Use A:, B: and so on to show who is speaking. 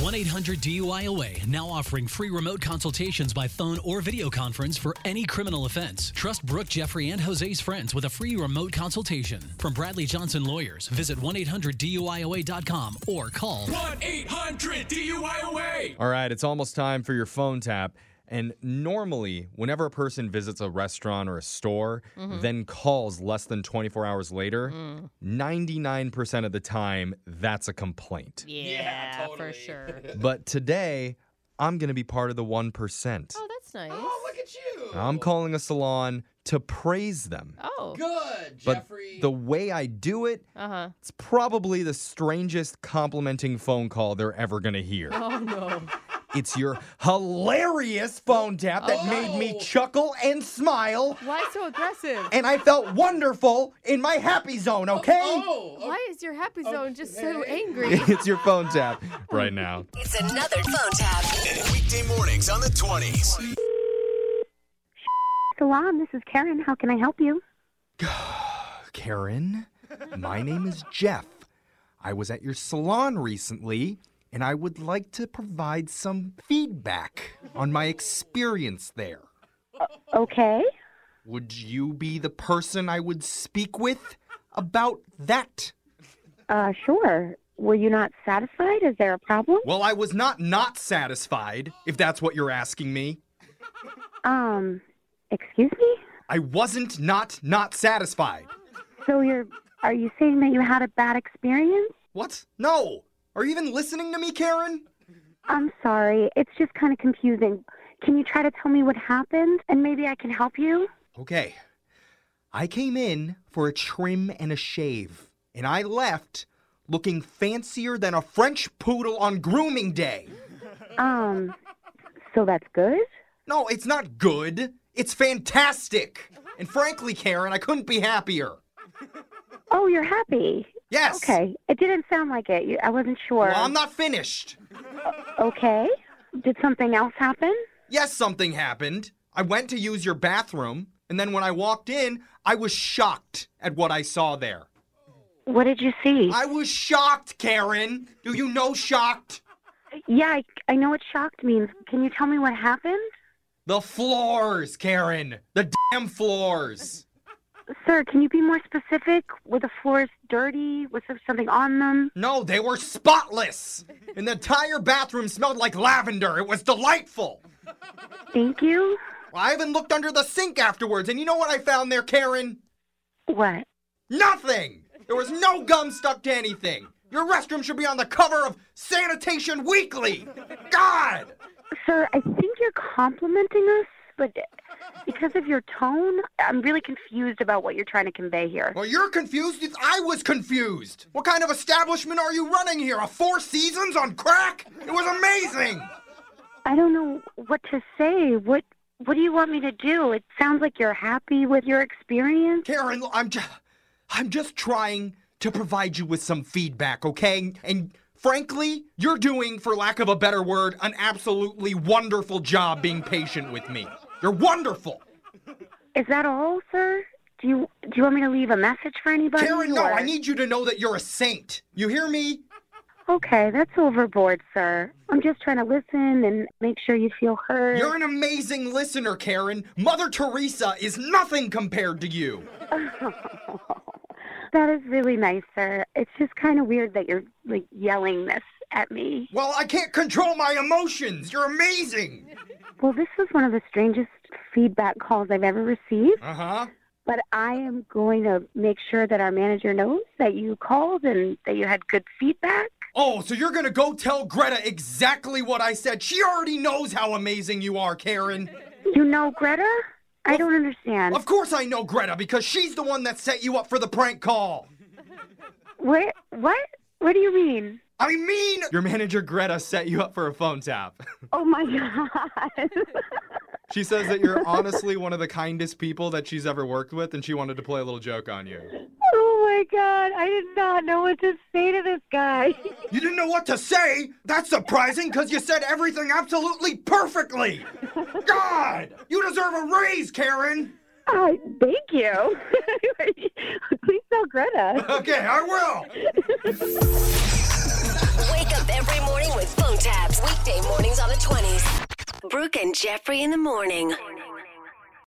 A: 1 800 DUIOA now offering free remote consultations by phone or video conference for any criminal offense. Trust Brooke, Jeffrey, and Jose's friends with a free remote consultation. From Bradley Johnson Lawyers, visit 1 800 DUIOA.com or call
B: 1 800 DUIOA.
C: All right, it's almost time for your phone tap. And normally, whenever a person visits a restaurant or a store,
B: Mm-hmm.
C: then calls less than 24 hours later,
B: Mm.
C: 99% of the time, that's a complaint.
D: Yeah, for
B: totally.
D: sure.
C: But today, I'm going to be part of the 1%.
D: Oh, that's nice.
B: Oh, look at you.
C: I'm calling a salon to praise them.
D: Oh,
B: Good,
C: But
B: Jeffrey.
C: the way I do it,
D: uh huh.
C: it's probably the strangest complimenting phone call they're ever going to hear.
D: Oh no.
C: It's your hilarious phone tap that made me
B: Oh.
C: chuckle and smile,
D: Why so aggressive?
C: and I felt wonderful in my happy zone, okay?
B: oh, oh,
D: Why is your happy zone just so
B: Okay.
D: angry?
C: it's your phone tap right now.
E: It's another phone tap.
F: Weekday mornings on the 20s.
G: Salon, this is Karen. How can I help you?
C: Karen, my name is Jeff. I was at your salon recently, and I would like to provide some feedback on my experience there.
G: Okay.
C: Would you be the person I would speak with about that?
G: Uh, sure. Were you not satisfied? Is there a problem?
C: Well, I was not not satisfied, if that's what you're asking me.
G: Um, excuse me?
C: I wasn't not not satisfied.
G: So you're, are you saying that you had a bad experience?
C: What? No. Are you even listening to me, Karen?
G: I'm sorry. It's just kind of confusing. Can you try to tell me what happened and maybe I can help you?
C: Okay. I came in for a trim and a shave, and I left looking fancier than a French poodle on grooming day.
G: Um, so that's good?
C: No, it's not good. It's fantastic. And frankly, Karen, I couldn't be happier.
G: Oh, you're happy.
C: Yes.
G: Okay. It didn't sound like it. You, I wasn't sure.
C: Well, I'm not finished.
G: Okay. Did something else happen?
C: Yes, something happened. I went to use your bathroom, and then when I walked in, I was shocked at what I saw there.
G: What did you see?
C: I was shocked, Karen. Do you know shocked?
G: yeah, I, I know what shocked means. Can you tell me what happened?
C: The floors, Karen. The damn floors.
G: Sir, can you be more specific? Were the floors dirty? Was there something on them?
C: No, they were spotless. And the entire bathroom smelled like lavender. It was delightful.
G: Thank you.
C: I even looked under the sink afterwards, and you know what I found there, Karen?
G: What?
C: Nothing. There was no gum stuck to anything. Your restroom should be on the cover of Sanitation Weekly. God.
G: Sir, I think you're complimenting us, but because of your tone, I'm really confused about what you're trying to convey here.
C: Well, you're confused. It's- I was confused. What kind of establishment are you running here? A Four Seasons on crack? It was amazing.
G: I don't know what to say. What what do you want me to do? It sounds like you're happy with your experience.
C: Karen, l- I'm just, I'm just trying to provide you with some feedback, okay? And frankly, you're doing, for lack of a better word, an absolutely wonderful job being patient with me. You're wonderful.
G: Is that all, sir? Do you do you want me to leave a message for anybody?
C: Karen, no,
G: or-
C: I need you to know that you're a saint. You hear me?
G: Okay, that's overboard, sir. I'm just trying to listen and make sure you feel heard.
C: You're an amazing listener, Karen. Mother Teresa is nothing compared to you.
G: That is really nice, sir. It's just kind of weird that you're like yelling this at me.
C: Well, I can't control my emotions. You're amazing.
G: Well, this was one of the strangest feedback calls I've ever received,
C: Uh huh.
G: but I am going to make sure that our manager knows that you called and that you had good feedback.
C: Oh, so you're gonna go tell Greta exactly what I said? She already knows how amazing you are, Karen.
G: You know, Greta? I don't understand.
C: Of course I know Greta because she's the one that set you up for the prank call.
G: What? What? What do you mean?
C: I mean, your manager Greta set you up for a phone tap.
G: Oh my God.
C: she says that you're honestly one of the kindest people that she's ever worked with, and she wanted to play a little joke on you.
G: oh my God. I did not know what to say to this guy.
C: You didn't know what to say? That's surprising because you said everything absolutely perfectly. God, you deserve a raise, Karen.
G: Uh, thank you. Please tell Greta.
C: Okay, I will.
E: Wake up every morning with phone taps. mornings on the 20s. Brooke and Jeffrey in the morning.